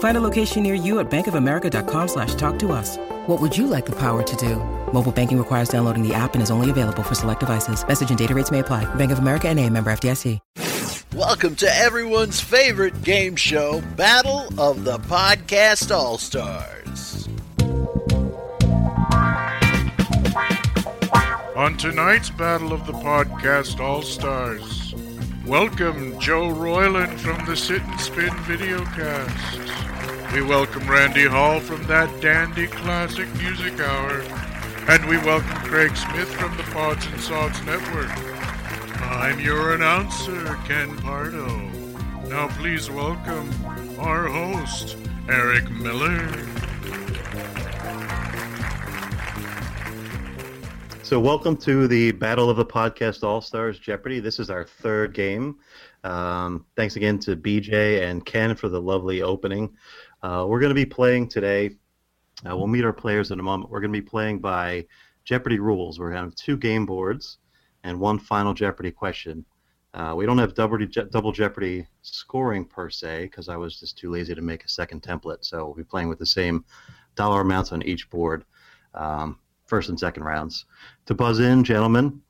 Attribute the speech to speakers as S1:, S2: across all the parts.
S1: Find a location near you at bankofamerica.com slash talk to us. What would you like the power to do? Mobile banking requires downloading the app and is only available for select devices. Message and data rates may apply. Bank of America and a member FDIC.
S2: Welcome to everyone's favorite game show, Battle of the Podcast All Stars.
S3: On tonight's Battle of the Podcast All Stars, welcome Joe Royland from the Sit and Spin videocast. We welcome Randy Hall from that dandy classic music hour. And we welcome Craig Smith from the Pods and Sods Network. I'm your announcer, Ken Pardo. Now please welcome our host, Eric Miller.
S4: So, welcome to the Battle of the Podcast All Stars Jeopardy. This is our third game. Um, thanks again to BJ and Ken for the lovely opening. Uh, we're going to be playing today. Uh, we'll meet our players in a moment. We're going to be playing by Jeopardy rules. We're going to have two game boards and one final Jeopardy question. Uh, we don't have double, Je- double Jeopardy scoring per se because I was just too lazy to make a second template. So, we'll be playing with the same dollar amounts on each board. Um, first and second rounds. To buzz in, gentlemen,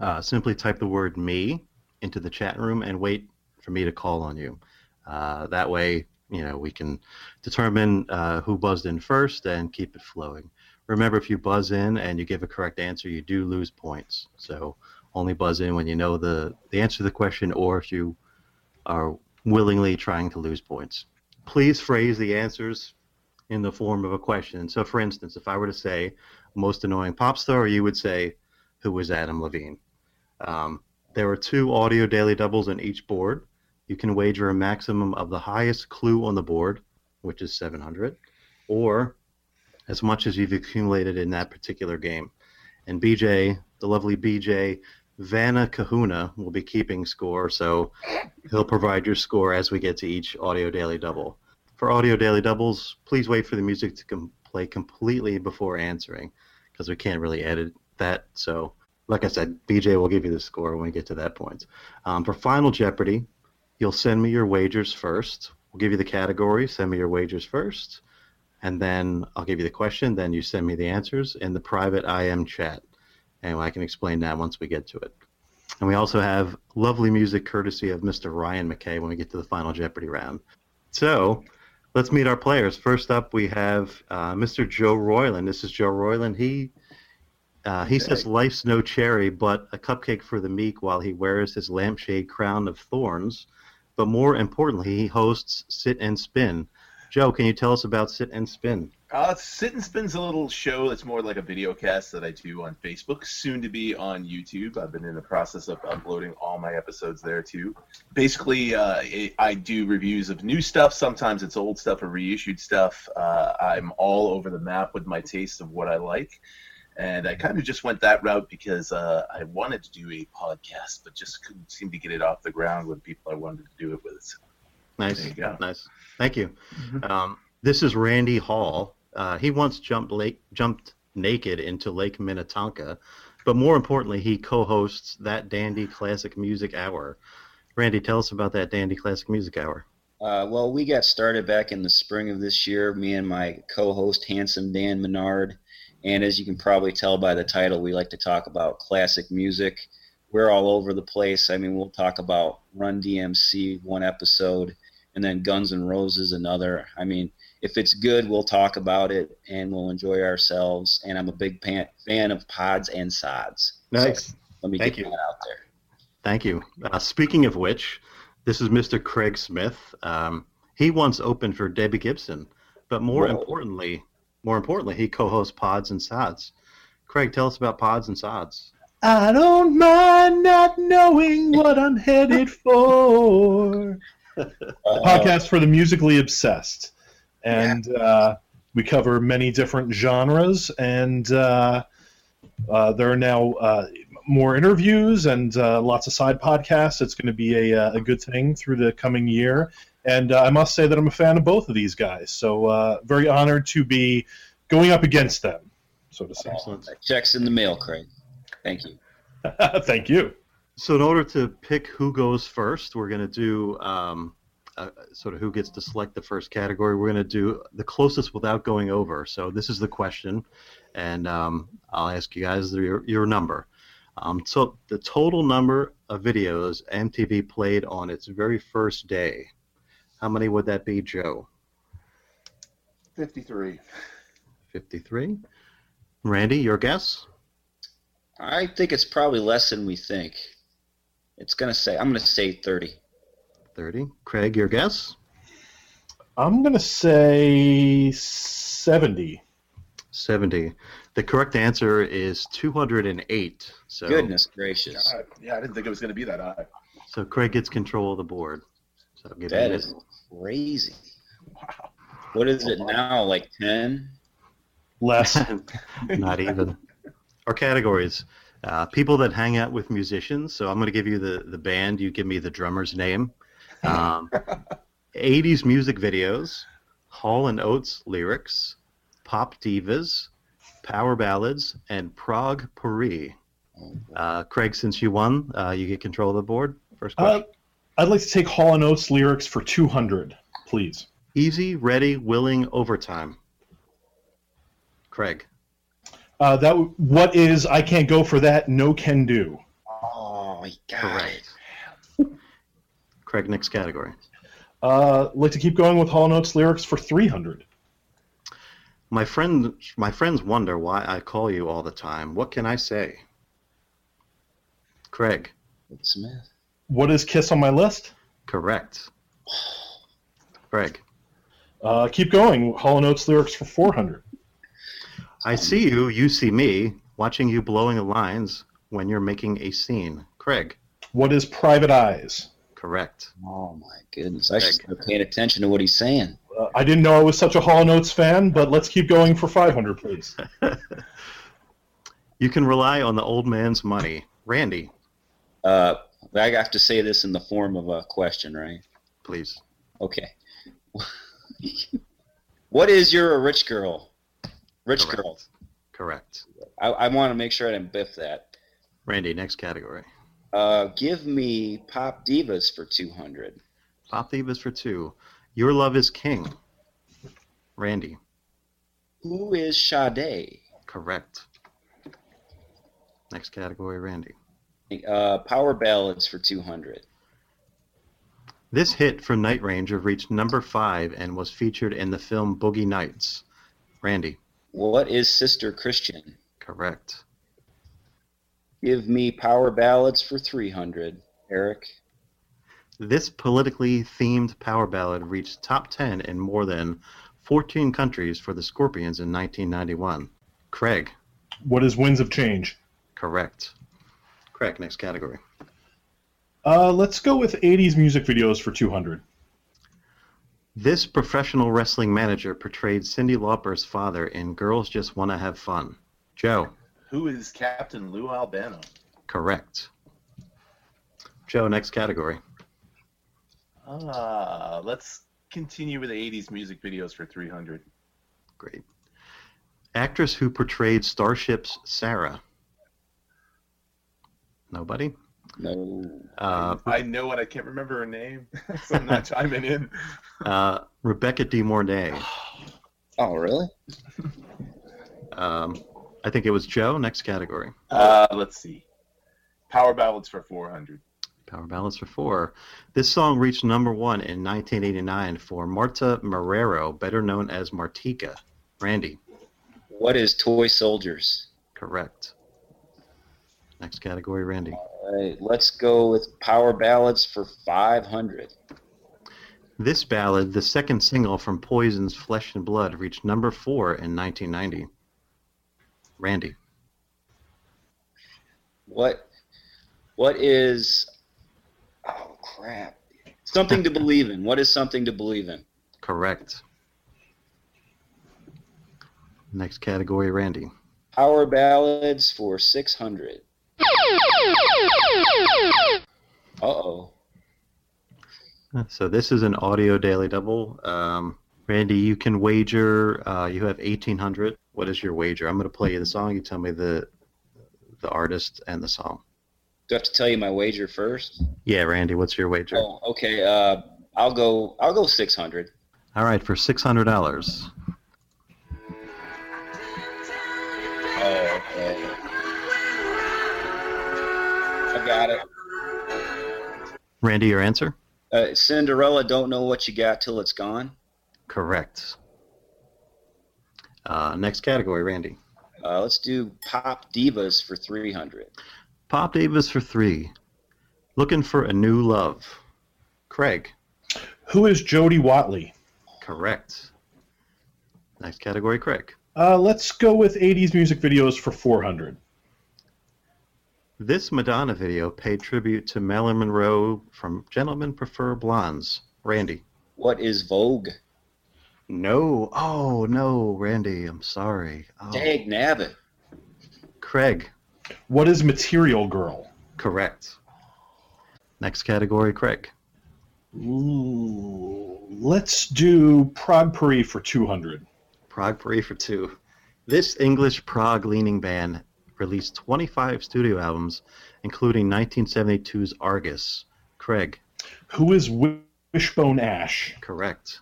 S4: uh, simply type the word me into the chat room and wait for me to call on you. Uh, that way, you know, we can determine uh, who buzzed in first and keep it flowing. Remember, if you buzz in and you give a correct answer, you do lose points. So only buzz in when you know the, the answer to the question or if you are willingly trying to lose points. Please phrase the answers in the form of a question. So, for instance, if I were to say most annoying pop star, you would say who was Adam Levine. Um, there are two audio daily doubles on each board. You can wager a maximum of the highest clue on the board, which is 700, or as much as you've accumulated in that particular game. And BJ, the lovely BJ Vanna Kahuna, will be keeping score, so he'll provide your score as we get to each audio daily double. For audio daily doubles, please wait for the music to com- play completely before answering because we can't really edit that. So, like I said, BJ will give you the score when we get to that point. Um, for Final Jeopardy, you'll send me your wagers first. We'll give you the category, send me your wagers first, and then I'll give you the question. Then you send me the answers in the private IM chat. And I can explain that once we get to it. And we also have lovely music courtesy of Mr. Ryan McKay when we get to the Final Jeopardy round. So, let's meet our players. First up, we have uh, Mr. Joe Royland. This is Joe Royland. He uh, he says life's no cherry, but a cupcake for the meek while he wears his lampshade crown of thorns. But more importantly, he hosts Sit and Spin. Joe, can you tell us about Sit and Spin?
S5: Uh, Sit and Spin's a little show that's more like a video cast that I do on Facebook, soon to be on YouTube. I've been in the process of uploading all my episodes there too. Basically, uh, it, I do reviews of new stuff. Sometimes it's old stuff or reissued stuff. Uh, I'm all over the map with my taste of what I like. And I kind of just went that route because uh, I wanted to do a podcast, but just couldn't seem to get it off the ground with people I wanted to do it with. So
S4: Nice,
S5: There you go. Mm-hmm.
S4: nice. Thank you. Um, this is Randy Hall. Uh, he once jumped lake, jumped naked into Lake Minnetonka, but more importantly, he co-hosts that Dandy Classic Music Hour. Randy, tell us about that Dandy Classic Music Hour.
S6: Uh, well, we got started back in the spring of this year, me and my co host, Handsome Dan Menard. And as you can probably tell by the title, we like to talk about classic music. We're all over the place. I mean, we'll talk about Run DMC one episode and then Guns N' Roses another. I mean, if it's good, we'll talk about it and we'll enjoy ourselves. And I'm a big pan- fan of pods and sods. So
S4: Nice.
S6: let me
S4: Thank
S6: get
S4: you.
S6: that out there.
S4: Thank you. Uh, speaking of which, this is Mr. Craig Smith. Um, he once opened for Debbie Gibson, but more
S6: Whoa.
S4: importantly, more importantly, he co-hosts Pods and Sods. Craig, tell us about Pods and Sods.
S5: I don't mind not knowing what I'm headed for.
S6: Uh,
S7: podcast for the musically obsessed, and uh, we cover many different genres. And uh, uh, there are now uh, more interviews and uh, lots of side podcasts. It's going to be a, uh, a good thing through the coming year. And uh, I must say that I'm a fan of both of these guys. So uh, very honored to be going up against them, so to say.
S4: Excellent.
S6: Checks in the mail, Craig. Thank you.
S7: Thank you.
S4: So, in order to pick who goes first, we're going to do um, uh, sort of who gets to select the first category. We're going to do the closest without going over. So, this is the question, and um, I'll ask you guys your, your number. Um, so, the total number of videos MTV played on its very first day, how many would that be, Joe?
S5: 53.
S4: 53? Randy, your guess?
S6: I think it's probably less than we think. It's gonna say I'm gonna say 30.
S4: 30. Craig, your guess?
S7: I'm going to say 70.
S4: 70. The correct answer is 208. So
S6: Goodness gracious,
S5: God, yeah, I didn't think it was going to be that high.
S4: So Craig gets control of the board. So give
S6: that
S4: me
S6: is crazy. What is it now? Like 10?
S7: Less.
S4: not even. Our categories: uh, people that hang out with musicians. So I'm going to give you the the band. You give me the drummer's name. Um, 80s music videos, Hall and Oates lyrics, pop divas, power ballads, and Prague Paris.
S6: Oh,
S4: Uh, Craig, since you won, uh, you get control of the board. First question.
S7: Uh, I'd like to take Hall and Oates lyrics for 200, please.
S4: Easy, ready, willing, overtime. Craig.
S7: Uh, that w- what is I can't go for that. No can do.
S6: Oh my god.
S4: Correct. Craig, next category.
S7: Uh, like to keep going with Hall Notes lyrics for three hundred.
S4: My friend, my friends wonder why I call you all the time. What can I say? Craig,
S6: Smith.
S7: What is kiss on my list?
S4: correct. Craig,
S7: Uh, keep going. Hall Notes lyrics for four hundred.
S4: I see you, you see me, watching you blowing the lines when you're making a scene. Craig,
S7: What is private eyes?
S4: correct.
S6: Oh my goodness, I should start paying attention to what he's saying.
S7: Uh, I didn't know I was such a Hall Notes fan, but let's keep going for five hundred, please.
S4: You can rely on the old man's money. Randy,
S6: Uh, I have to say this in the form of a question, right?
S4: please.
S6: Okay. what is you're a rich girl? Rich girl.
S4: Correct.
S6: I, I want to make sure I didn't biff that.
S4: Randy, next category.
S6: Uh, give me pop divas for two hundred.
S4: Pop Divas for two. Your love is king. Randy,
S6: Who is Sade?
S4: correct. Next category, Randy.
S6: Uh, power ballads for two hundred.
S4: This hit from Night Ranger reached number five and was featured in the film Boogie Nights. Randy,
S6: What is Sister Christian?
S4: correct.
S6: Give me power ballads for three hundred. Eric.
S4: This politically themed power ballad reached top 10 in more than 14 countries for the Scorpions in 1991. Craig,
S7: What is winds of change?
S4: correct. Craig, next category.
S7: Uh, let's go with eighties music videos for two hundred.
S4: This professional wrestling manager portrayed Cindy Lauper's father in Girls Just Wanna Have Fun. Joe,
S5: Who is Captain Lou Albano?
S4: correct. Joe, next category.
S5: Ah, let's continue with the 80s music videos for 300.
S4: Great. Actress who portrayed Starship's Sarah. Nobody?
S6: No.
S4: Uh,
S5: I know and I can't remember her name, so I'm not chiming in.
S4: uh, Rebecca De Mornay.
S6: Oh really?
S4: Um, I think it was Joe. Next category.
S5: Uh, let's see. Power ballads for 400.
S4: Power Balance for Four. This song reached number one in 1989 for Marta Marrero, better known as Martika. Randy,
S6: What is toy soldiers?
S4: correct. Next category, Randy.
S6: right, Uh, let's go with Power Ballads for 500.
S4: This ballad, the second single from Poison's Flesh and Blood, reached number four in 1990. Randy.
S6: What? What is? Oh crap! Something to believe in. What is something to believe in?
S4: Correct. Next category, Randy.
S6: Power ballads for 600. Uh oh.
S4: So this is an audio daily double. Um, Randy, you can wager. Uh, you have 1800. What is your wager? I'm going to play you the song. You tell me the the artist and the song.
S6: Do I have to tell you my wager first?
S4: Yeah, Randy, what's your wager?
S6: Oh, okay. Uh, I'll go. I'll go 600.
S4: All right, for $600.
S6: Oh, okay. I got it.
S4: Randy, your answer?
S6: Uh, Cinderella, don't know what you got till it's gone.
S4: Correct. Uh, next category, Randy.
S6: Uh, let's do pop divas for 300.
S4: Pop Davis for three. Looking for a new love. Craig.
S7: Who is Jody Watley?
S4: Correct. Next category, Craig.
S7: Uh, let's go with 80s music videos for 400.
S4: This Madonna video paid tribute to Marilyn Monroe from Gentlemen Prefer Blondes. Randy.
S6: What is Vogue?
S4: No. Oh, no, Randy. I'm sorry. Oh.
S6: Dag nabbit.
S4: Craig.
S7: What is Material Girl?
S4: Correct. Next category, Craig.
S7: Ooh, let's do Prague Prix for 200.
S4: Prague Free for two. This English Prague leaning band released 25 studio albums, including 1972's Argus. Craig,
S7: Who is Wishbone Ash?
S4: correct.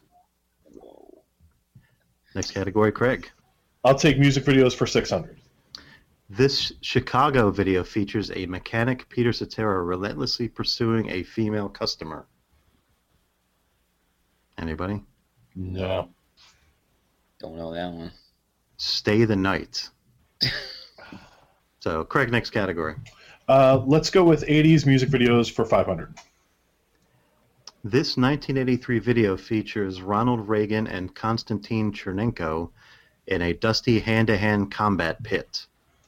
S4: Next category, Craig.
S7: I'll take music videos for 600.
S4: This Chicago video features a mechanic Peter Cetera relentlessly pursuing a female customer. Anybody?
S7: No.
S6: Don't know that one.
S4: Stay the night. so, Craig, next category.
S7: Uh, let's go with 80s music videos for 500.
S4: This 1983 video features Ronald Reagan and Konstantin Chernenko in a dusty hand to hand combat pit.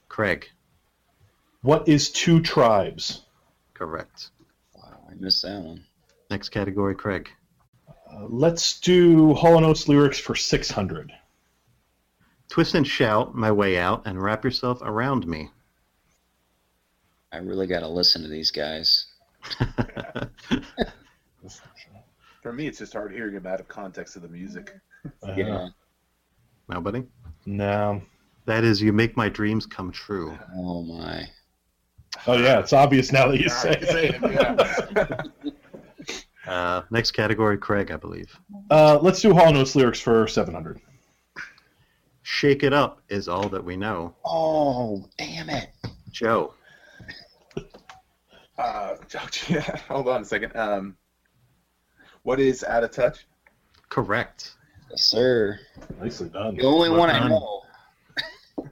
S4: Craig,
S7: What is Two Tribes?
S4: correct.
S6: Wow, I missed that one.
S4: Next category, Craig.
S7: Uh, let's do Hall & Oates lyrics for 600.
S4: Twist and shout, my way out, and wrap yourself around me.
S6: I really got to listen to these guys.
S5: For me, it's just hard hearing them out of context of the music.
S7: Uh,
S6: Yeah.
S4: Nobody?
S7: No.
S4: That is, you make my dreams come true.
S6: Oh my.
S7: Oh, yeah, it's obvious now that you say
S5: Alright,
S7: it.
S5: say it, yeah.
S4: Uh, next category, Craig, I believe.
S7: Uh, let's do Hall & Oates lyrics for 700.
S4: Shake it up is all that we know.
S6: Oh damn it.
S4: Joe,
S5: Uh, hold on a second. Um, what is out of touch?
S4: correct.
S6: Yes, sir.
S7: Nicely done.
S6: The only one I
S4: done.
S6: know.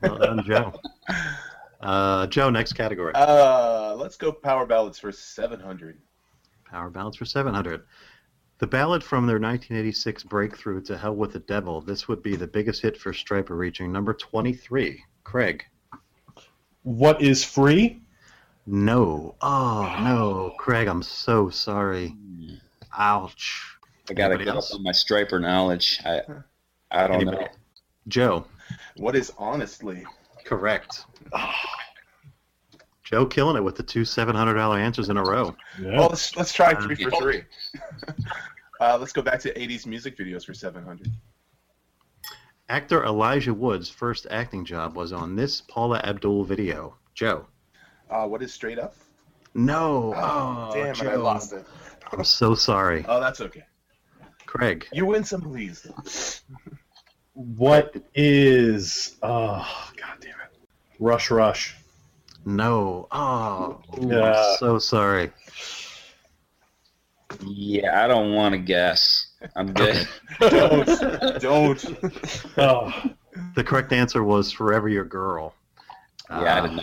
S4: Well done, Joe. Uh, Joe, next category.
S5: Uh, let's go power ballads for seven hundred.
S4: Power Ballads for 700. The ballad from their 1986 breakthrough to Hell with the Devil, this would be the biggest hit for Striper reaching number 23. Craig.
S7: What is Free?
S4: No. Oh, no. Craig, I'm so sorry. Ouch.
S6: I gotta
S4: Anybody
S6: get up
S4: else?
S6: on my striper knowledge. I I don't
S4: Anybody?
S6: know.
S4: Joe.
S5: What is honestly?
S4: Correct. Joe killing it with the two $700 answers in a row.
S5: Well,
S7: Yeah.
S5: let's let's try three for three. Uh, let's go back to '80s music videos for seven hundred.
S4: Actor Elijah Wood's first acting job was on this Paula Abdul video. Joe.
S5: Uh, what is straight up?
S4: No.
S5: Oh, damn it! I
S4: Joe.
S5: lost it.
S4: I'm so sorry.
S5: Oh, that's okay.
S4: Craig.
S5: You win some of these.
S7: What is. Oh, God damn it. Rush Rush.
S4: No. Oh, ooh,
S7: Yeah.
S4: I'm so sorry.
S6: Yeah, I don't want to guess. I'm good.
S5: Don't, don't.
S7: Oh.
S4: The correct answer was Forever Your Girl.
S6: yeah, I
S4: Uh,
S6: didn't know.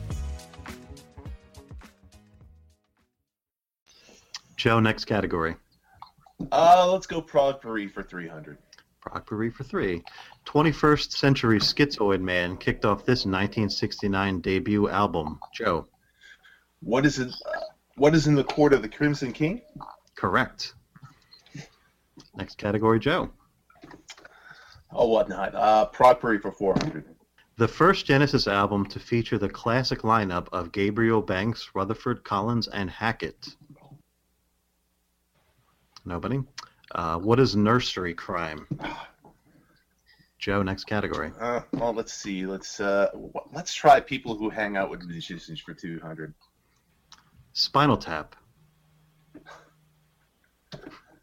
S4: Joe, next category.
S5: Uh, let's go product Marie for 300.
S4: Procpery for three. 21st Century Schizoid Man kicked off this 1969 debut album. Joe,
S5: What is it? Uh, what is in the court of the Crimson King?
S4: correct. Next category, Joe.
S5: Oh, whatnot. Uh, product Marie for 400.
S4: The first Genesis album to feature the classic lineup of Gabriel Banks, Rutherford Collins, and Hackett. Nobody. Uh, what is nursery crime? Joe, next category.
S5: Uh, well, let's see. Let's uh, wh- let's try people who hang out with musicians for 200.
S4: Spinal Tap.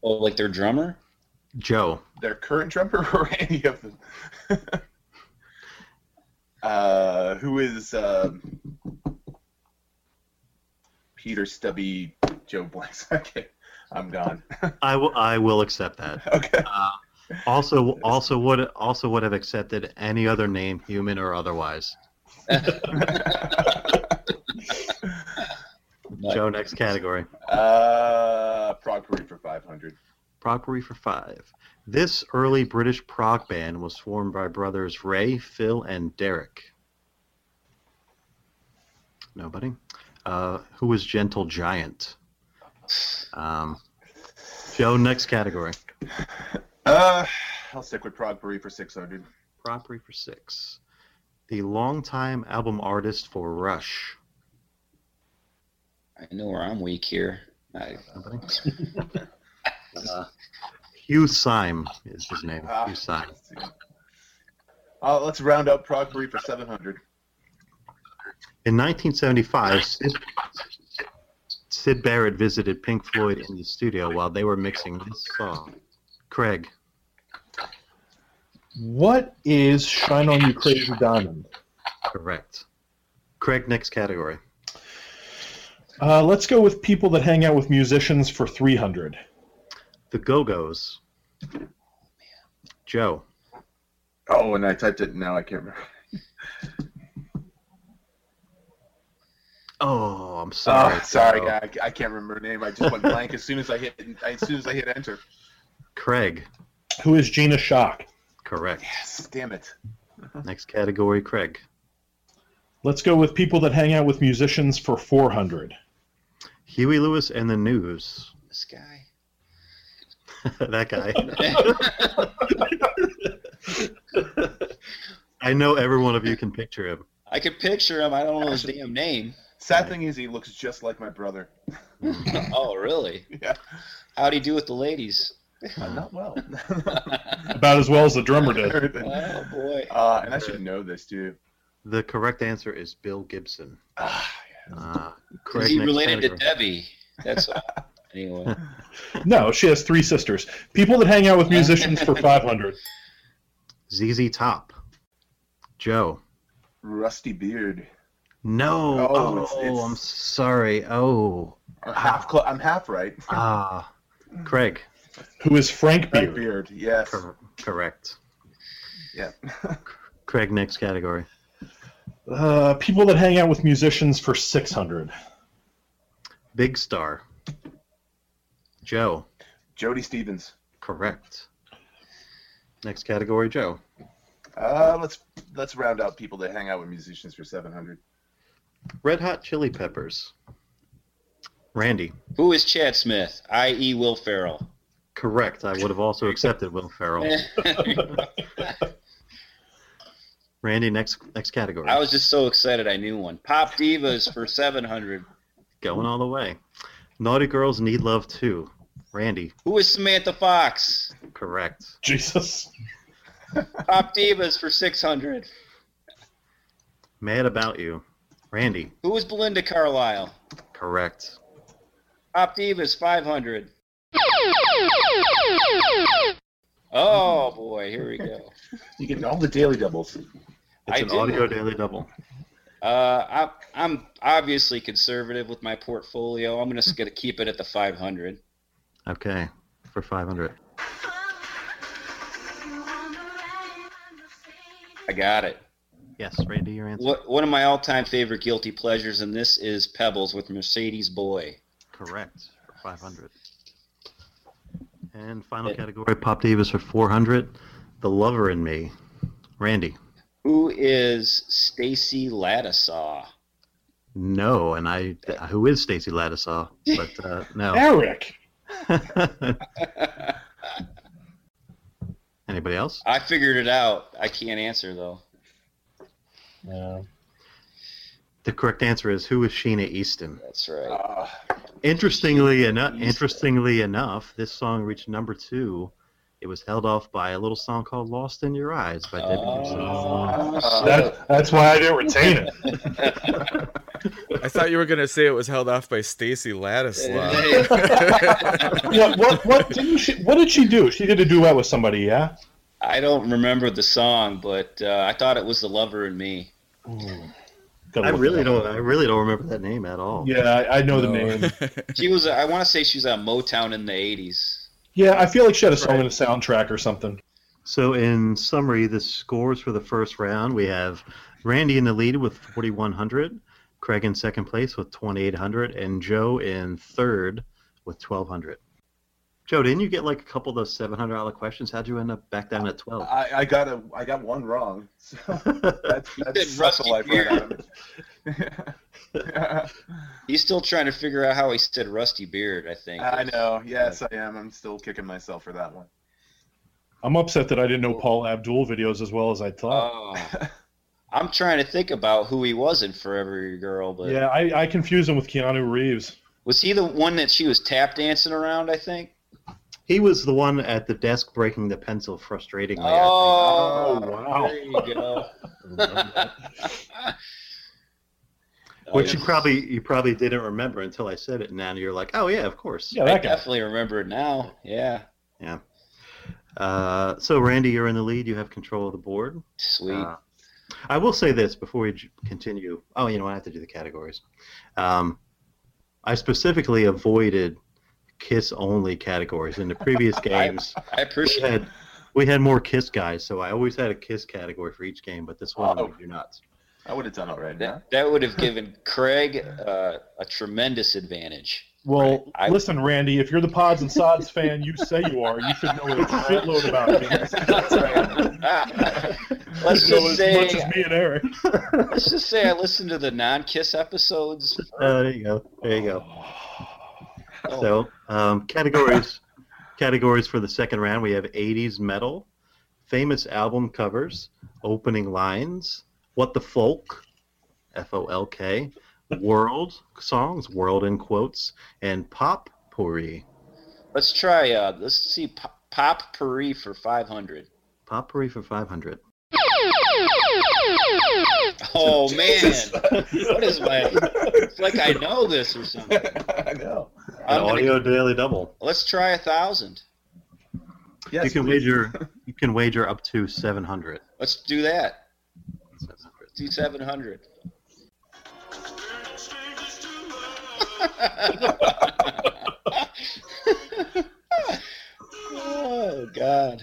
S6: Oh, like their drummer?
S4: Joe,
S5: Their current drummer or any of them. uh, who is um, Peter Stubby Joe Blanks? Okay, I'm gone.
S4: I will. I will accept that.
S5: okay.
S4: Also, also would also would have accepted any other name, human or otherwise. Joe, next category.
S5: Uh, Prague Parade for 500.
S4: Property for five. This early British prog band was formed by brothers Ray, Phil, and Derek. Nobody. Uh, who was Gentle Giant? Um, Joe, next category.
S5: Uh, I'll stick with Prague Parade for 600.
S4: Property for six. The longtime album artist for Rush.
S6: I know where I'm weak here. I,
S4: Nobody. uh, Hugh Syme is his name.
S5: Ah,
S4: Hugh Syme.
S5: let's see. Uh, let's round up Prague Parade for 700.
S4: In 1975, Sid, Sid Barrett visited Pink Floyd in the studio while they were mixing this song. Craig,
S7: What is Shine On You Crazy Diamond?
S4: correct. Craig, next category.
S7: Uh, let's go with people that hang out with musicians for 300.
S4: The Go Go's. Joe,
S5: Oh, and I typed it. Now I can't remember.
S4: oh, I'm
S5: Sorry, oh, sorry,
S4: sorry. Joe.
S5: I, I can't remember her name. I just went blank as soon as I hit. As soon as I hit enter.
S4: Craig,
S7: Who is Gina Shock?
S4: correct.
S5: Yes, damn it.
S4: Next category, Craig.
S7: Let's go with people that hang out with musicians for 400.
S4: Huey Lewis and the News.
S6: this guy.
S4: that guy. I know every one of you can picture him.
S6: I could picture him. I don't know his damn name.
S5: Sad thing is, he looks just like my brother.
S6: oh, really?
S5: Yeah,
S6: How'd he do with the ladies?
S5: Uh, not well.
S7: About as well as the drummer did.
S6: Oh, boy.
S5: uh, and I should know this too.
S4: The correct answer is Bill Gibson.
S5: Ah,
S4: Uh, Craig,
S6: Is he
S4: next
S6: related to
S4: category.
S6: Debbie? That's all. Anyway.
S7: No, she has three sisters. People that hang out with musicians for 500.
S4: ZZ Top, Joe.
S5: Rusty Beard.
S4: No.
S5: Oh,
S4: Oh,
S5: it's- it's-
S4: I'm sorry. Oh,
S5: I'm half. Cl- I'm half right.
S4: ah, Craig.
S7: Who is Frank
S5: Beard.
S7: Beard?
S5: Beard. Yes.
S4: Cor- correct.
S5: Yeah.
S4: Craig, next category.
S7: Uh, people that hang out with musicians for six hundred.
S4: Big Star, Joe.
S5: Jody Stevens.
S4: Correct. Next category, Joe.
S5: Uh, let's let's round out people that hang out with musicians for seven hundred.
S4: Red Hot Chili Peppers. Randy.
S6: Who is Chad Smith? I.e. Will Ferrell.
S4: Correct. I would have also accepted Will Ferrell. Randy, next next category.
S6: I was just so excited I knew one. Pop Divas for 700.
S4: Going all the way. Naughty Girls Need Love Too. Randy.
S6: Who is Samantha Fox?
S4: Correct.
S7: Jesus.
S6: Pop Divas for 600.
S4: Mad About You. Randy.
S6: Who is Belinda Carlisle?
S4: Correct.
S6: Pop Divas 500. Oh boy, here we go.
S5: You get all the daily doubles.
S4: It's
S6: I
S4: an
S6: do.
S4: audio daily double.
S6: Uh, I, I'm obviously conservative with my portfolio. I'm just gonna keep it at the 500.
S4: Okay. For 500.
S6: I got it.
S4: Yes, Randy, your answer.
S6: What, one of my all-time favorite guilty pleasures, and this is Pebbles with Mercedes Boy.
S4: Correct. For 500. And final category, Pop Davis for 400. The Lover in Me. Randy.
S6: Who is Stacy Ladisaw?
S4: No, and I who is Stacy Ladisaw? But uh, no.
S7: Eric.
S4: Anybody else?
S6: I figured it out. I can't answer though.
S7: Yeah.
S4: The correct answer is who is Sheena Easton?
S6: That's right.
S5: Uh,
S4: Interestingly enough,
S6: Easton.
S4: interestingly enough, this song reached number two. It was held off by a little song called "Lost in Your Eyes" by Debbie Gibson.
S5: uh,
S7: That, that's why I didn't retain it.
S8: I thought you were gonna say it was held off by Stacy Ladislaw.
S7: yeah, what what didn't she what did she do? She did a duet with somebody, yeah?
S6: I don't remember the song, but uh, I thought it was The Lover in Me.
S7: Gotta
S4: I
S7: look
S4: really
S7: it up.
S4: don't. I really don't remember that name at all.
S7: Yeah, I, I know the name.
S6: She was. I want to say she was on Motown in the 80s.
S7: Yeah, I feel like she had a song in a soundtrack or something.
S4: So, in summary, the scores for the first round we have Randy in the lead with 4,100, Craig in second place with 2,800, and Joe in third with 1,200. Joe, didn't you get like a couple of those $700 questions? How'd you end up back down at 12?
S5: I, I got a I got one wrong. So that's
S6: said
S5: that's such a
S6: Rusty
S5: life right out of it.
S6: He's still trying to figure out how he said Rusty Beard. I think.
S5: I know. Yes, I am. I'm still kicking myself for that one.
S7: I'm upset that I didn't know Paul Abdul videos as well as I thought.
S6: Oh. I'm trying to think about who he was in Forever Your Girl, but
S7: yeah, I, I confuse him with Keanu Reeves.
S6: was he the one that she was tap dancing around? I think.
S4: He was the one at the desk breaking the pencil frustratingly. I think.
S6: Oh,
S7: wow.
S6: There you go.
S4: Which you probably you probably didn't remember until I said it, and now you're like, oh yeah, of course.
S7: Yeah,
S6: I
S7: that guy.
S6: definitely remember it now. Yeah.
S4: Uh, so Randy, you're in the lead. You have control of the board.
S6: Sweet.
S4: Uh, I will say this before we j- continue. Oh, you know, I have to do the categories. Um, I specifically avoided kiss only categories in the previous games.
S6: I
S4: we
S6: appreciate it.
S4: had we had more kiss guys, so I always had a kiss category for each game. But this one,
S5: Oh.
S4: we do not.
S5: I would have done all right. Yeah.
S6: That, that would have given Craig uh, a tremendous advantage.
S7: Well,
S6: I-
S7: listen, Randy, if you're the Pods and Sods fan you say you are, you should know a shitload about games.
S5: That's right.
S6: Ah, let's
S7: You know
S6: just
S7: as
S6: say,
S7: much as me and Eric.
S6: let's just say I listened to the non-kiss episodes.
S4: Uh, there you go. There you go. So um, categories categories for the second round. We have 80s metal, famous album covers, opening lines, what the folk, F O L K, world songs, world in quotes, and pop pourri.
S6: Let's try. Uh, let's see, P- Pop Puri for five hundred.
S4: Pop pourri for 500.
S6: Oh man, what is my? It's like I know this or something.
S5: I know.
S4: An
S6: I'm gonna-
S4: audio daily double.
S6: let's try a thousand.
S5: Yes,
S4: you can
S5: please.
S4: wager. You can wager up to seven hundred.
S6: Let's do that. Do 700. oh, God.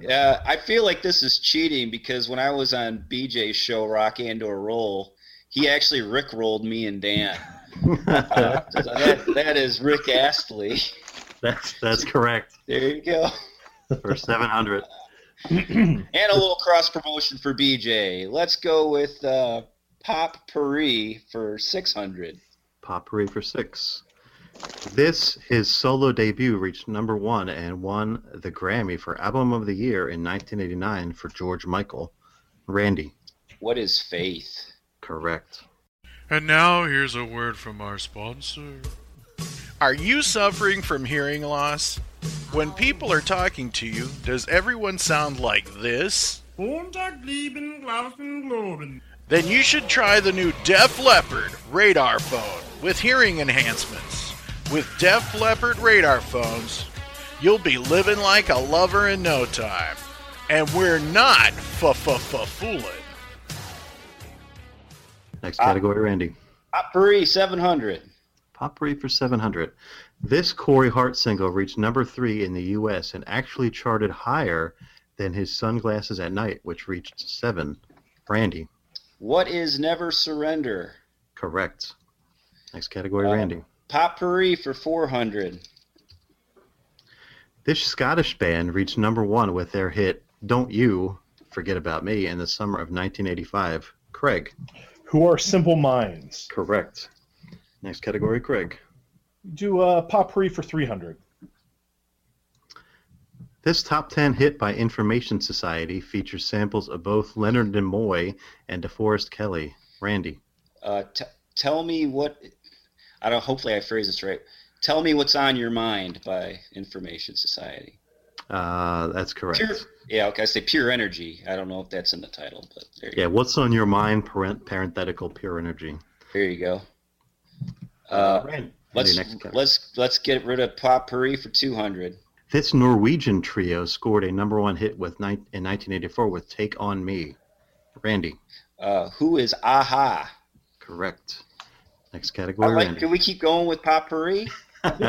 S6: Yeah, I feel like this is cheating because when I was on BJ's show, Rock and or Roll, he actually Rick rolled me and Dan. So that, that is Rick Astley.
S4: That's that's correct
S6: There you go.
S4: for seven hundred.
S6: And a little cross promotion for BJ. Let's go with uh, Pop Puri for 600.
S4: Potpourri for six. This his solo debut reached number one and won the Grammy for Album of the Year in 1989 for George Michael. Randy,
S6: What is faith?
S4: correct.
S3: And now here's a word from our sponsor.
S2: Are you suffering from hearing loss? When people are talking to you, does everyone sound like this? Then you should try the new Def Leopard radar phone with hearing enhancements. With Def Leopard radar phones, you'll be living like a lover in no time. And we're not fa fa fa fooling.
S4: Next category, Randy.
S6: Pop Puri, 700.
S4: Potpourri for 700. This Corey Hart single reached number three in the U.S. and actually charted higher than his Sunglasses at Night, which reached seven. Randy,
S6: What is never surrender?
S4: correct. Next category, Randy.
S6: Pop Puri for 400.
S4: This Scottish band reached number one with their hit Don't You Forget About Me in the summer of 1985. Craig.
S7: Who are Simple Minds?
S4: Correct. Next category, Craig.
S7: Do uh, Potpourri for 300.
S4: This top 10 hit by Information Society features samples of both Leonard Nimoy and DeForest Kelly. Randy.
S6: Uh, t- tell me what. I don't. Hopefully, I phrase this right. Tell me what's on your mind by Information Society.
S4: Uh, that's correct.
S6: Pure, yeah, okay. I say pure energy. I don't know if that's in the title, but there you
S4: Yeah, what's on your mind? Parent, parenthetical, pure energy.
S6: There you go. Uh,
S4: Randy,
S6: let's
S4: next category.
S6: let's let's get rid of potpourri for two hundred.
S4: This Norwegian trio scored a number one hit with ni- in 1984 with "Take on Me." Randy,
S6: Uh, who is aha?
S4: correct. Next
S6: I
S4: category,
S6: like. Can we keep going with potpourri?
S4: Randy.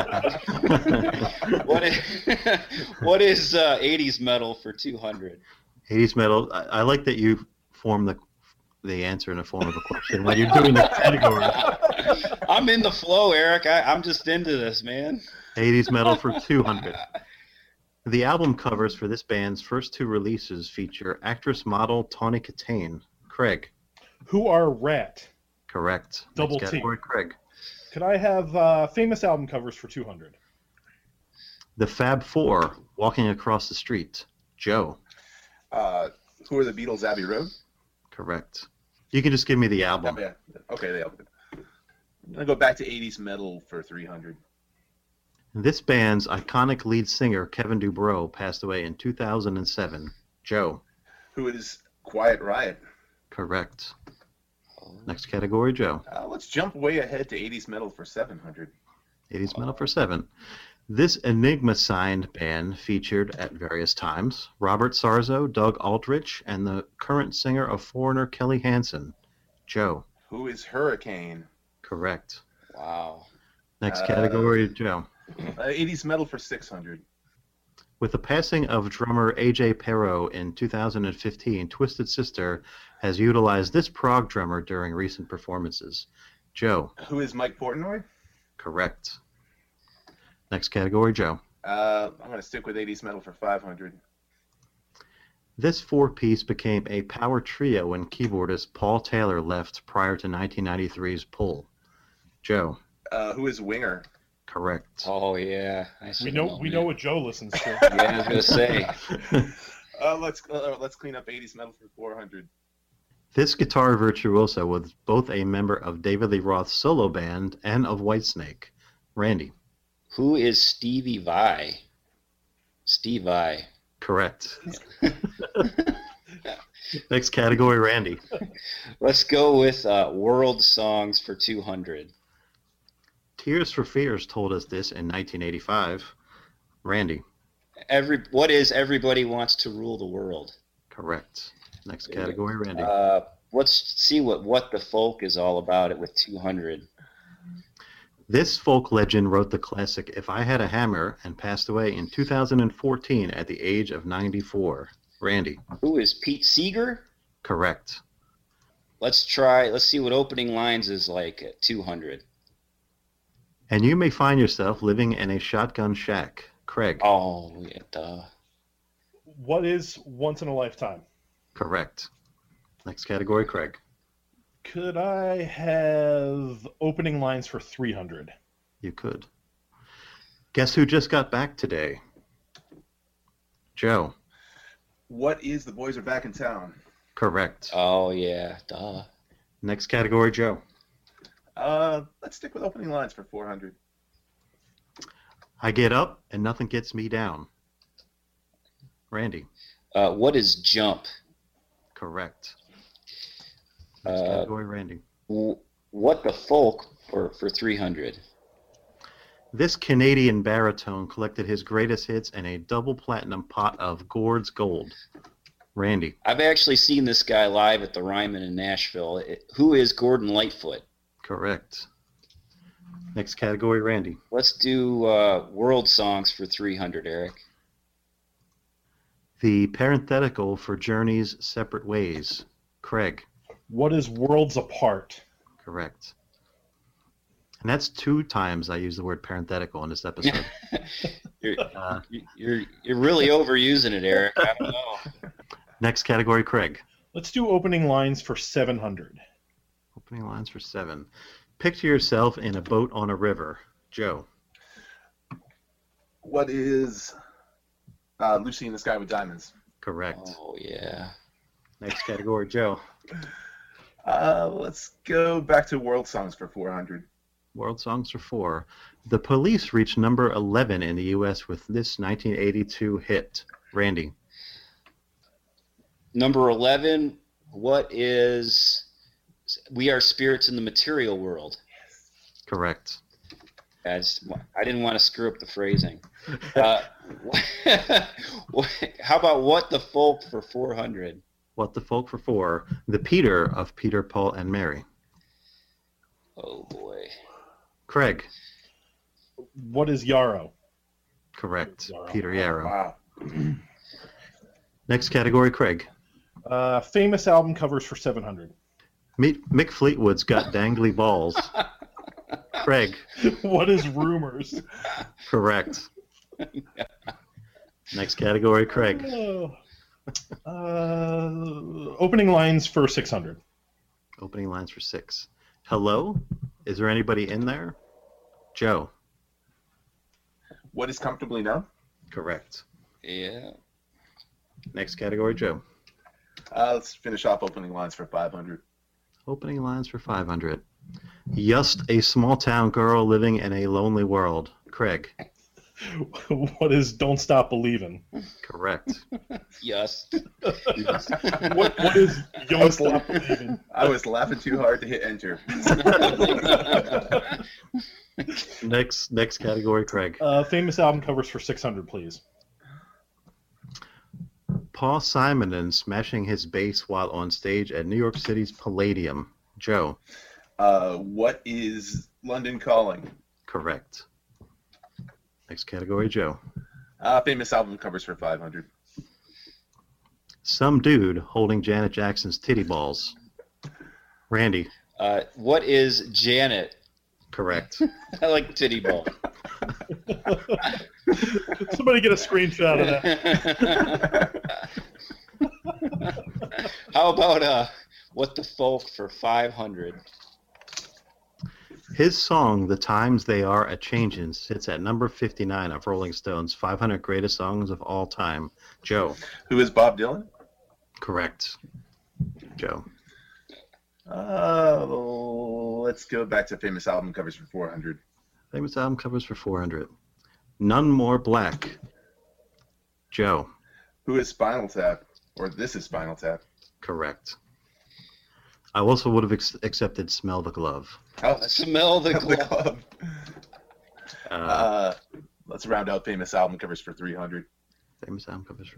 S6: What is what is uh, '80s metal for two hundred?
S4: Hades metal. I, I like that you form the the answer in the form of a question when you're doing the category.
S6: I'm in the flow, Eric. I, I'm just into this, man.
S4: 80s metal for 200. The album covers for this band's first two releases feature actress model Tawny Katane. Craig,
S7: Who are Rat?
S4: correct. Next
S7: Double T.
S4: category, Craig.
S7: Could I have uh, famous album covers for 200?
S4: The Fab Four, Walking Across the Street. Joe,
S5: Uh, who are the Beatles? Abbey Road.
S4: correct. You can just give me the
S5: Oh,
S4: album.
S5: yeah. Okay, they opened. I'm gonna go back to '80s metal for 300.
S4: This band's iconic lead singer, Kevin Dubrow, passed away in 2007. Joe,
S5: Who is Quiet Riot?
S4: correct. Next category, Joe.
S5: Uh, let's jump way ahead to 80s metal for 700.
S4: 80s metal for seven. This Enigma signed band featured at various times Robert Sarzo, Doug Aldrich, and the current singer of Foreigner Kelly Hansen. Joe,
S5: Who is Hurricane?
S4: correct.
S6: Wow.
S4: Next
S5: Uh,
S4: category, Joe.
S5: Uh, 80s metal for 600.
S4: With the passing of drummer AJ Perro in 2015, Twisted Sister has utilized this prog drummer during recent performances. Joe,
S5: Who is Mike Portnoy?
S4: correct. Next category, Joe.
S5: Uh, I'm gonna stick with 80s metal for 500.
S4: This four piece became a power trio when keyboardist Paul Taylor left prior to 1993's Pull. Joe,
S5: Uh, who is Winger?
S4: correct.
S6: Oh yeah. I
S7: We
S6: should've
S7: know
S6: known
S7: we
S6: that.
S7: know what Joe listens to.
S6: Yeah, I was gonna say.
S5: Uh, let's uh, let's clean up 80s metal for 400.
S4: This guitar virtuoso was both a member of David Lee Roth's solo band and of Whitesnake. Randy,
S6: Who is Stevie Vai? Steve Vai.
S4: correct. Next category, Randy.
S6: Let's go with uh, world songs for 200.
S4: Tears for Fears told us this in 1985. Randy,
S6: Every what is everybody wants to rule the world?
S4: correct. Next category, Randy.
S6: Uh, let's see what what the folk is all about. It with two hundred.
S4: This folk legend wrote the classic If I Had a Hammer and passed away in 2014 at the age of 94. Randy,
S6: Who is Pete Seeger?
S4: correct.
S6: Let's try. Let's see what opening lines is like at two hundred.
S4: And you may find yourself living in a shotgun shack. Craig,
S6: Oh, yeah, duh.
S7: What is once in a lifetime?
S4: correct. Next category, Craig.
S7: Could I have opening lines for 300?
S4: You could. Guess who just got back today? Joe,
S5: What is the boys are back in town?
S4: correct.
S6: Oh yeah, duh.
S4: Next category, Joe.
S5: Uh, let's stick with opening lines for 400.
S4: I get up and nothing gets me down. Randy,
S6: Uh, what is jump?
S4: correct. Next
S6: Uh,
S4: category, Randy.
S6: w- what the folk for for three hundred?
S4: This Canadian baritone collected his greatest hits in a double platinum pot of Gord's Gold. Randy,
S6: I've actually seen this guy live at the Ryman in Nashville. It- who is Gordon Lightfoot?
S4: correct. Next category, Randy.
S6: Let's do uh, world songs for three hundred, Eric.
S4: The parenthetical for Journeys Separate Ways. Craig,
S7: What is worlds apart?
S4: correct. And that's two times I used the word parenthetical in this episode.
S6: You're,
S4: Uh,
S6: you're you're really overusing it, Eric. I don't know.
S4: next category, Craig.
S7: Let's do opening lines for 700.
S4: Opening lines for seven. Picture yourself in a boat on a river. Joe,
S5: What is uh, Lucy in the Sky with Diamonds?
S4: correct.
S6: Oh yeah.
S4: Next category, Joe.
S5: Uh, let's go back to world songs for 400.
S4: World Songs for Four. The Police reached number 11 in the U.S. with this 1982 hit. Randy,
S6: Number eleven. What is? We are spirits in the material world.
S4: correct.
S6: I, just, I didn't want to screw up the phrasing. Uh, how about what the folk for 400?
S4: What the Folk for Four. The Peter of Peter, Paul, and Mary.
S6: Oh boy.
S4: Craig,
S7: What is Yarrow?
S4: correct.
S7: Yarrow.
S4: Peter Yarrow.
S5: Wow.
S4: Next category, Craig.
S7: Uh, famous album covers for 700.
S4: Meet Mick Fleetwood's Got Dangly Balls. Craig,
S7: what is rumors?
S4: correct. Next category, Craig.
S7: Oh. Uh, opening lines for 600.
S4: Opening lines for six. Hello? Is there anybody in there? Joe,
S5: What is comfortably numb?
S4: correct.
S6: Yeah.
S4: Next category, Joe.
S5: Uh, let's finish off opening lines for 500.
S4: Opening lines for 500. Just a small town girl living in a lonely world. Craig.
S7: what is Don't Stop Believing?
S4: Correct.
S6: Yes.
S7: What, what is Don't
S5: was
S7: Stop Believing?
S5: I was laughing too hard to hit enter.
S4: next next category, Craig.
S7: Uh, famous album covers for 600, please.
S4: Paul Simonon smashing his bass while on stage at New York City's Palladium. Joe.
S5: Uh, what is London calling?
S4: Correct. Next category, Joe.
S5: Uh, famous album covers for 500.
S4: Some dude holding Janet Jackson's titty balls. Randy.
S6: Uh, what is Janet?
S4: Correct.
S6: I like titty ball.
S7: Somebody get a screenshot of that.
S6: How about uh, what the folk for 500?
S4: His song, The Times They Are a Changin', sits at number 59 of Rolling Stone's 500 Greatest Songs of All Time. Joe.
S5: Who is Bob Dylan?
S4: Correct. Joe.
S5: Uh, let's go back to famous album covers for 400.
S4: Famous album covers for 400. None More Black. Joe.
S5: Who is Spinal Tap? Or this is Spinal Tap.
S4: Correct. I also would have ex- accepted "Smell the Glove."
S5: Oh,
S6: Smell the glove.
S4: um, Uh,
S5: Uh, let's round out famous album covers for 300.
S4: famous album covers.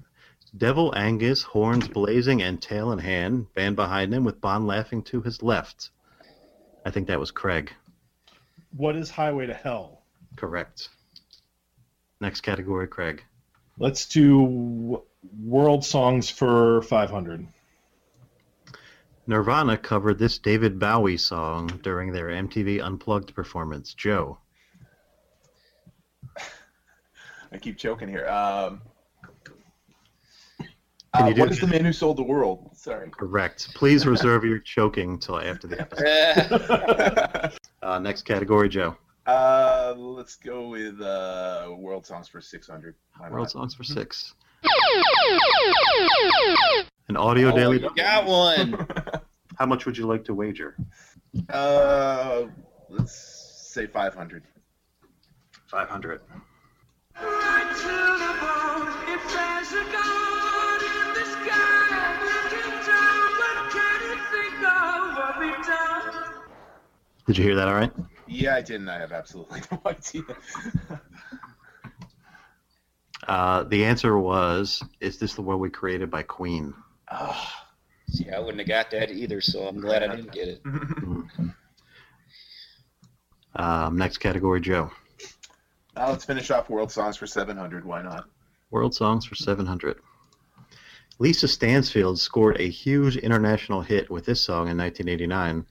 S4: Devil Angus, horns blazing and tail in hand, band behind him with Bond laughing to his left. I think that was Craig.
S7: What is Highway to Hell?
S4: Correct. Next category, Craig.
S7: Let's do w- world songs for 500.
S4: Nirvana covered this David Bowie song during their MTV Unplugged performance. Joe.
S5: I keep choking here. Um,
S4: Can
S5: uh,
S4: you do
S5: what is
S4: it?
S5: the man who sold the world? Sorry.
S4: Correct. Please reserve your choking till after the episode. Uh, next category, Joe.
S5: Uh, let's go with uh, world songs for 600. Why not?
S4: World Songs for Six. An audio
S5: Oh,
S4: daily.
S5: you
S6: Got one.
S4: How much would you like to wager?
S5: Uh, let's say 500.
S4: 500. Did you hear that all right?
S5: Yeah, I didn't. I have absolutely no idea.
S4: Uh, the answer was Is This the World We Created by Queen?
S5: oh,
S6: See, I wouldn't have got that either, so I'm glad I didn't get it.
S4: Um, next category, Joe.
S5: now let's finish off world songs for 700. Why not?
S4: World Songs for 700. Lisa Stansfield scored a huge international hit with this song in 1989.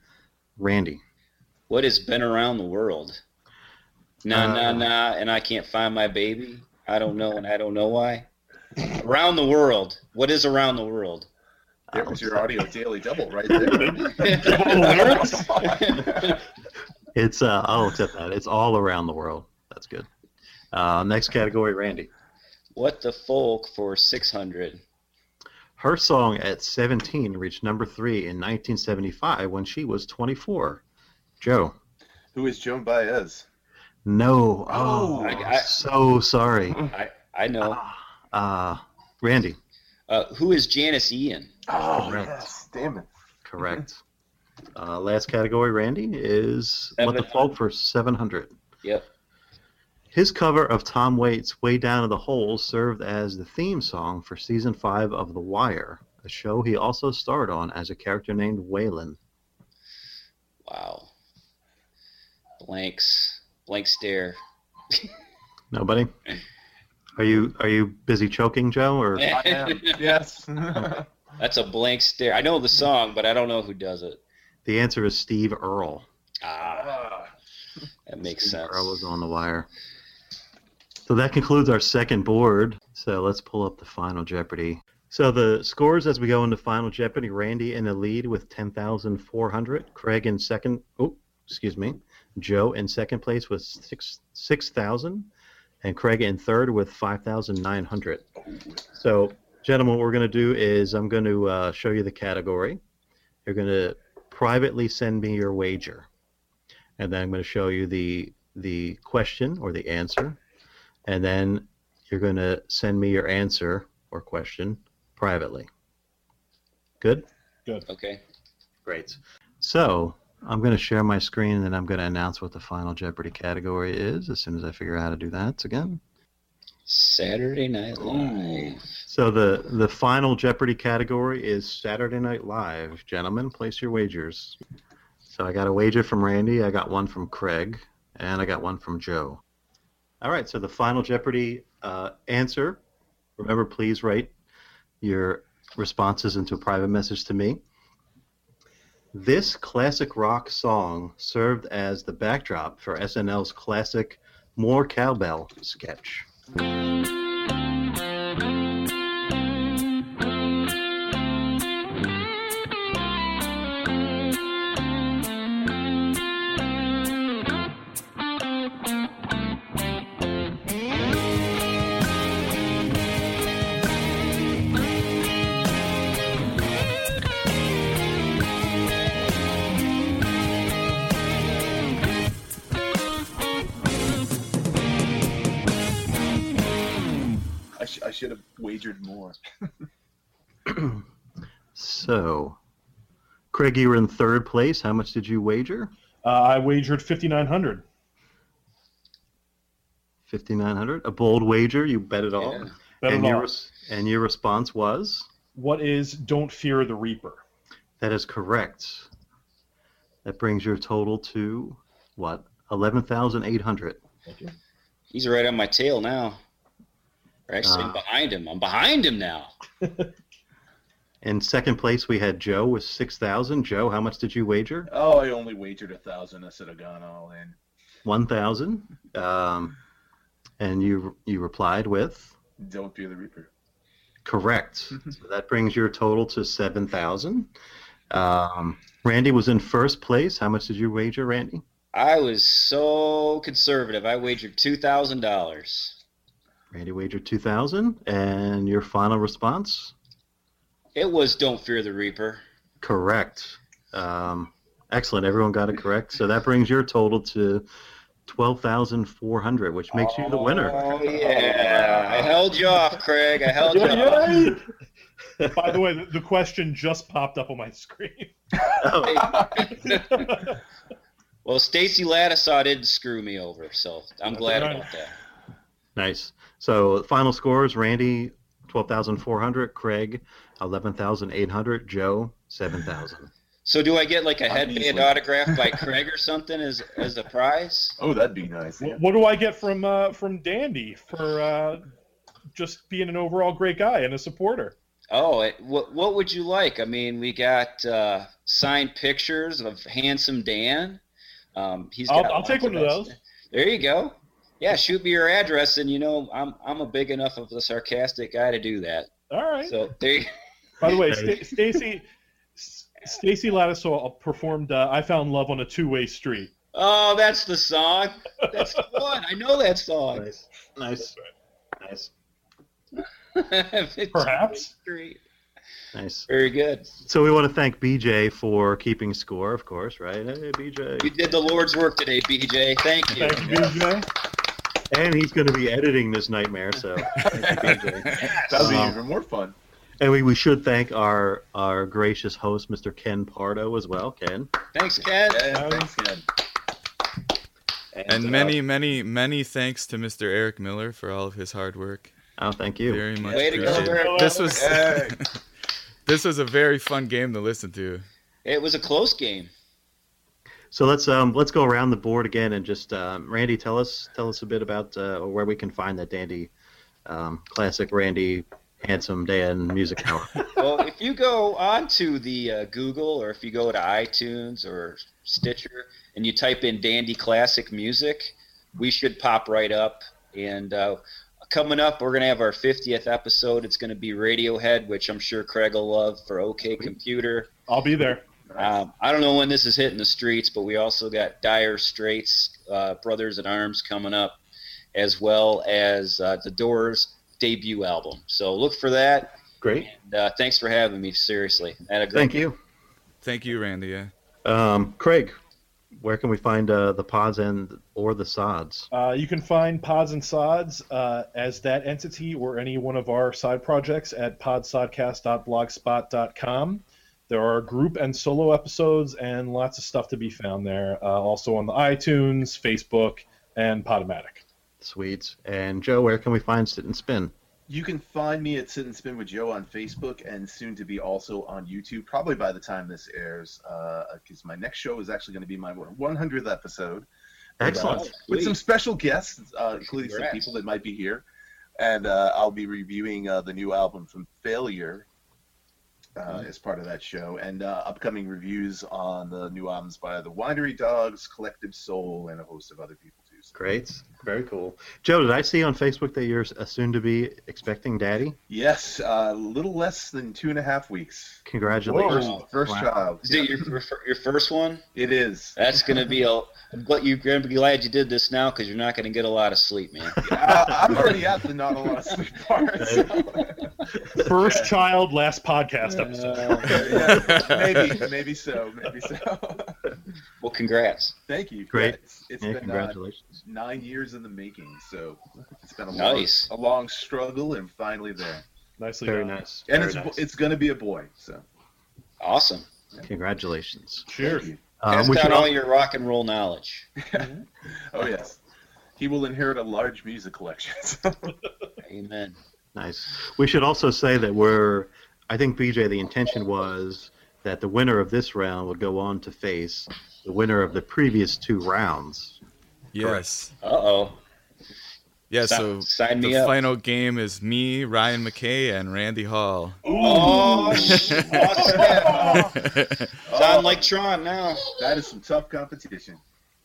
S4: Randy.
S6: What has been around the world? Nah,
S4: Uh,
S6: nah, nah, and I can't find my baby. I don't know, and I don't know why. Around the world. What is around the world?
S5: There was your audio daily double right there.
S4: It's uh, I'll accept that. It's all around the world. That's good. Uh, next category, Randy.
S6: what the folk for 600?
S4: Her song at 17 reached number three in 1975 when she was 24. Joe.
S5: Who is Joan Baez?
S4: No. Oh,
S5: Oh,
S6: I- Mm-hmm. I-
S4: so sorry.
S6: I, I know.
S4: Uh, Randy.
S6: Uh, who is Janice Ian?
S5: Oh,
S4: Correct.
S5: yes. Damn it.
S4: Correct. Uh, last category, Randy, is What the
S6: 700.
S4: Folk for 700.
S6: Yep.
S4: His cover of Tom Waits' Way Down to the Hole served as the theme song for season five of The Wire, a show he also starred on as a character named Waylon.
S6: Wow. Blanks. Blank stare.
S4: Nobody? Are you are you busy choking, Joe? Or
S5: I am. Yes.
S6: That's a blank stare. I know the song, but I don't know who does it.
S4: the answer is Steve Earle.
S6: Ah,
S5: Ah.
S6: that makes
S4: Steve
S6: sense.
S4: Earle was on The Wire. So that concludes our second board. So let's pull up the final Jeopardy. So the scores as we go into final Jeopardy: Randy in the lead with ten thousand four hundred. Craig in second. Oh, excuse me. Joe in second place with six six thousand, and Craig in third with five thousand nine hundred. So, gentlemen, what we're going to do is I'm going to uh, show you the category. You're going to privately send me your wager, and then I'm going to show you the the question or the answer, and then you're going to send me your answer or question privately. Good.
S6: Okay.
S4: Great. So I'm going to share my screen and then I'm going to announce what the final Jeopardy category is as soon as I figure out how to do that again.
S6: Saturday Night Live.
S4: So the the final Jeopardy category is Saturday Night Live. Gentlemen, place your wagers. So I got a wager from Randy, I got one from Craig, and I got one from Joe. All right. So the final Jeopardy uh, answer. Remember, please write your responses into a private message to me. This classic rock song served as the backdrop for SNL's classic "More Cowbell" sketch.
S5: I, sh- I should have wagered more.
S4: So, Craig, you were in third place. How much did you wager?
S7: Uh, I wagered 5,900.
S4: 5,900. A bold wager. You bet it all.
S6: Yeah.
S7: Bet
S4: and,
S7: it
S4: your,
S7: all.
S4: res- and your response was?
S7: What is Don't Fear the Reaper?
S4: That is correct. That brings your total to what? 11,800.
S6: He's right on my tail now. Or Actually, I'm
S4: Ah.
S6: behind him. I'm behind him now.
S4: In second place, we had Joe with 6,000. Joe, how much did you wager?
S5: Oh, I only wagered a thousand. I should have gone all in.
S4: 1,000. Um, and you you replied with
S5: Don't fear the Reaper.
S4: correct. so that brings your total to 7,000. Um, Randy was in first place. How much did you wager, Randy?
S6: I was so conservative. I wagered two thousand dollars.
S4: Randy wagered 2,000. And your final response?
S6: It was Don't Fear the Reaper.
S4: Correct. Um, excellent. Everyone got it correct. So that brings your total to 12,400, which makes you the winner.
S6: Oh yeah! I held you off, Craig. I held you off.
S7: Yay! By the way, the, the question just popped up on my screen.
S4: Oh,
S6: Well, Stacy Ladisaw didn't screw me over, so I'm glad
S7: right.
S6: about that.
S4: Nice. So final scores Randy 12,400, Craig 11,800, Joe 7,000.
S6: So, do I get like a
S5: I'm
S6: headband
S5: easily-
S6: autograph by Craig or something as as a prize?
S5: Oh, that'd be nice. yeah.
S7: Wh- what do I get from uh, from Dandy for uh, just being an overall great guy and a supporter?
S6: Oh, it, what what would you like? I mean, we got uh, signed pictures of handsome Dan. Um, he's.
S7: I'll-
S6: got
S7: I'll take
S6: lots
S7: one of
S6: us.
S7: those.
S6: There you go. Yeah, shoot me your address, and you know I'm I'm a big enough of a sarcastic guy to do that.
S7: All right.
S6: So there. You,
S7: By the way,
S4: Right.
S7: Sta Stacy S- Stacy Ladisaw performed uh, "I Found Love on a Two Way Street."
S6: oh, that's the song. That's the one. I know that song.
S4: Nice. Nice. Nice.
S6: It's
S7: Perhaps.
S6: great.
S4: Nice.
S6: Very good.
S4: So we want to thank BJ for keeping score, of course, right? Hey,
S6: You
S4: BJ.
S6: did the Lord's work today, BJ. Thank you.
S7: Thank you, BJ.
S4: And he's going to be editing this nightmare, so thank you, BJ.
S5: That'd be
S4: Um,
S5: even more fun.
S4: And we, we should thank our our gracious host, Mr. Ken Pardo, as well. Ken.
S6: Thanks, Ken.
S5: Yeah, thanks, Ken.
S4: uh,
S8: And many, many, many thanks to Mr. Eric Miller for all of his hard work.
S4: Oh, thank you.
S8: Very much
S6: Way to go,
S8: appreciated.
S6: Eric.
S8: This was this was a very fun game to listen to.
S6: It was a close game.
S4: So let's um let's go around the board again and just um, Randy, tell us tell us a bit about uh, where we can find that dandy, um, classic Randy, handsome Dan music hour.
S6: well, if you go onto the uh, Google or if you go to iTunes or Stitcher and you type in Dandy Classic Music, we should pop right up. And uh, coming up, we're going to have our 50th episode. It's going to be Radiohead, which I'm sure Craig will love for OK Computer.
S7: I'll be there.
S6: Um, I don't know when this is hitting the streets, but we also got Dire Straits, uh, Brothers in Arms coming up, as well as uh, The Doors' debut album. So look for that.
S4: Great.
S6: And, uh, thanks for having me. Seriously, had a great
S4: Thank you,
S8: Thank you, Randy. Uh, Yeah.
S4: um, Craig. Where can we find uh, the pods and or the sods?
S7: Uh, you can find Pods and Sods uh, as that entity or any one of our side projects at podsodcast.blogspot.com. There are group and solo episodes and lots of stuff to be found there. Uh, also on the iTunes, Facebook, and Podomatic.
S4: Sweets and Joe. Where can we find sit and spin?
S5: You can find me at Sit and Spin with Joe on Facebook and soon to be also on YouTube, probably by the time this airs, because my next show is actually going to be my 100th episode.
S4: Excellent.
S6: Wow.
S5: with some
S6: Sweet.
S5: special guests, uh, including
S6: Congrats.
S5: some people that might be here. And uh, I'll be reviewing uh, the new album from Failure uh,
S4: Mm-hmm.
S5: as part of that show, and uh, upcoming reviews on the new albums by the Winery Dogs, Collective Soul, and a host of other people too. So,
S4: Great. Very cool. Joe, did I see on Facebook that you're uh, soon to be expecting daddy?
S5: yes, a little less than two and a half weeks.
S4: Congratulations.
S5: First, first
S4: Wow.
S5: child.
S6: Is it your your- your first one?
S5: It is.
S6: That's gonna be a. I'm glad you're gonna be glad you did this now because you're not gonna get a lot of sleep, man.
S5: I, I'm already at the not a lot of sleep part. so-
S7: First child, last podcast episode.
S5: Yeah, maybe, maybe so, maybe so.
S6: Well, congrats.
S5: Thank you.
S4: Great.
S5: Yeah, it's, it's
S4: Yeah,
S5: been uh,
S4: congratulations.
S5: nine years in the making, so it's been a
S6: Nice.
S5: long, a long struggle, and finally there.
S7: Nicely
S4: Very
S7: done.
S4: nice.
S5: And it's
S4: Very nice.
S5: it's going to be a boy. So
S6: Awesome.
S4: Congratulations.
S9: Sure.
S4: Um,
S6: Cast
S4: we
S6: out
S4: should
S6: all
S4: al-
S6: your rock and roll knowledge.
S5: Oh yes, he will inherit a large music collection.
S6: Amen.
S4: nice. We should also say that we're. I think BJ, the intention was that the winner of this round would go on to face the winner of the previous two rounds.
S8: Yes.
S6: Uh oh.
S8: Yeah,
S6: Sign-
S8: so
S6: sign me
S8: the
S6: up.
S8: final game is me, Ryan McKay, and Randy Hall.
S6: Oh, shit. Sound like Tron now.
S5: that is some tough competition.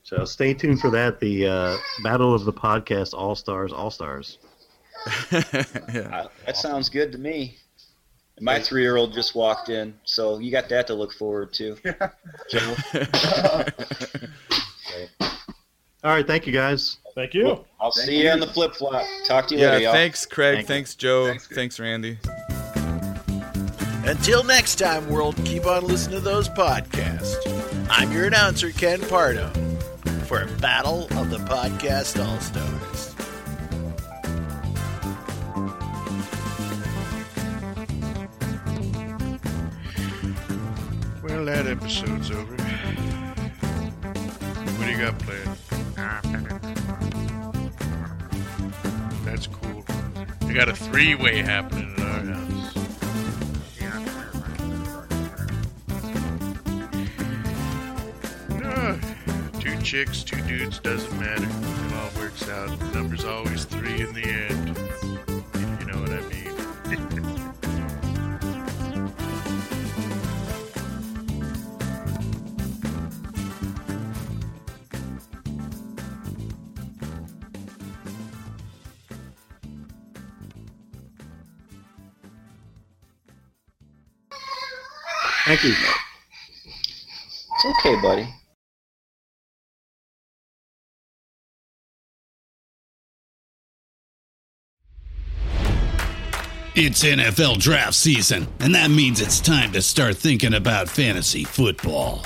S4: So stay tuned for that. The uh, Battle of the Podcast All Stars, All Stars.
S8: yeah.
S6: Uh, that sounds good to me. My three-year-old just walked in, so you got that to look forward to. Joe.
S4: All right. Thank you, guys.
S9: Thank you.
S6: I'll see you, on the flip flop. Talk to you
S8: Yeah,
S6: later, y'all.
S8: thanks, Craig.
S4: Thank you.
S8: thanks, Joe.
S5: Thanks, Craig.
S8: thanks, Randy.
S2: Until next time, world, keep on listening to those podcasts. I'm your announcer, Ken Pardo, for Battle of the Podcast All Stars.
S3: Well, that episode's over. What do you got planned? That's cool. They got a three way happening at our house. No, Uh, two chicks, two dudes, doesn't matter. It all works out. The number's always three in the end. You know what I mean?
S4: Thank you.
S6: It's okay, buddy.
S10: It's NFL draft season, and that means it's time to start thinking about fantasy football.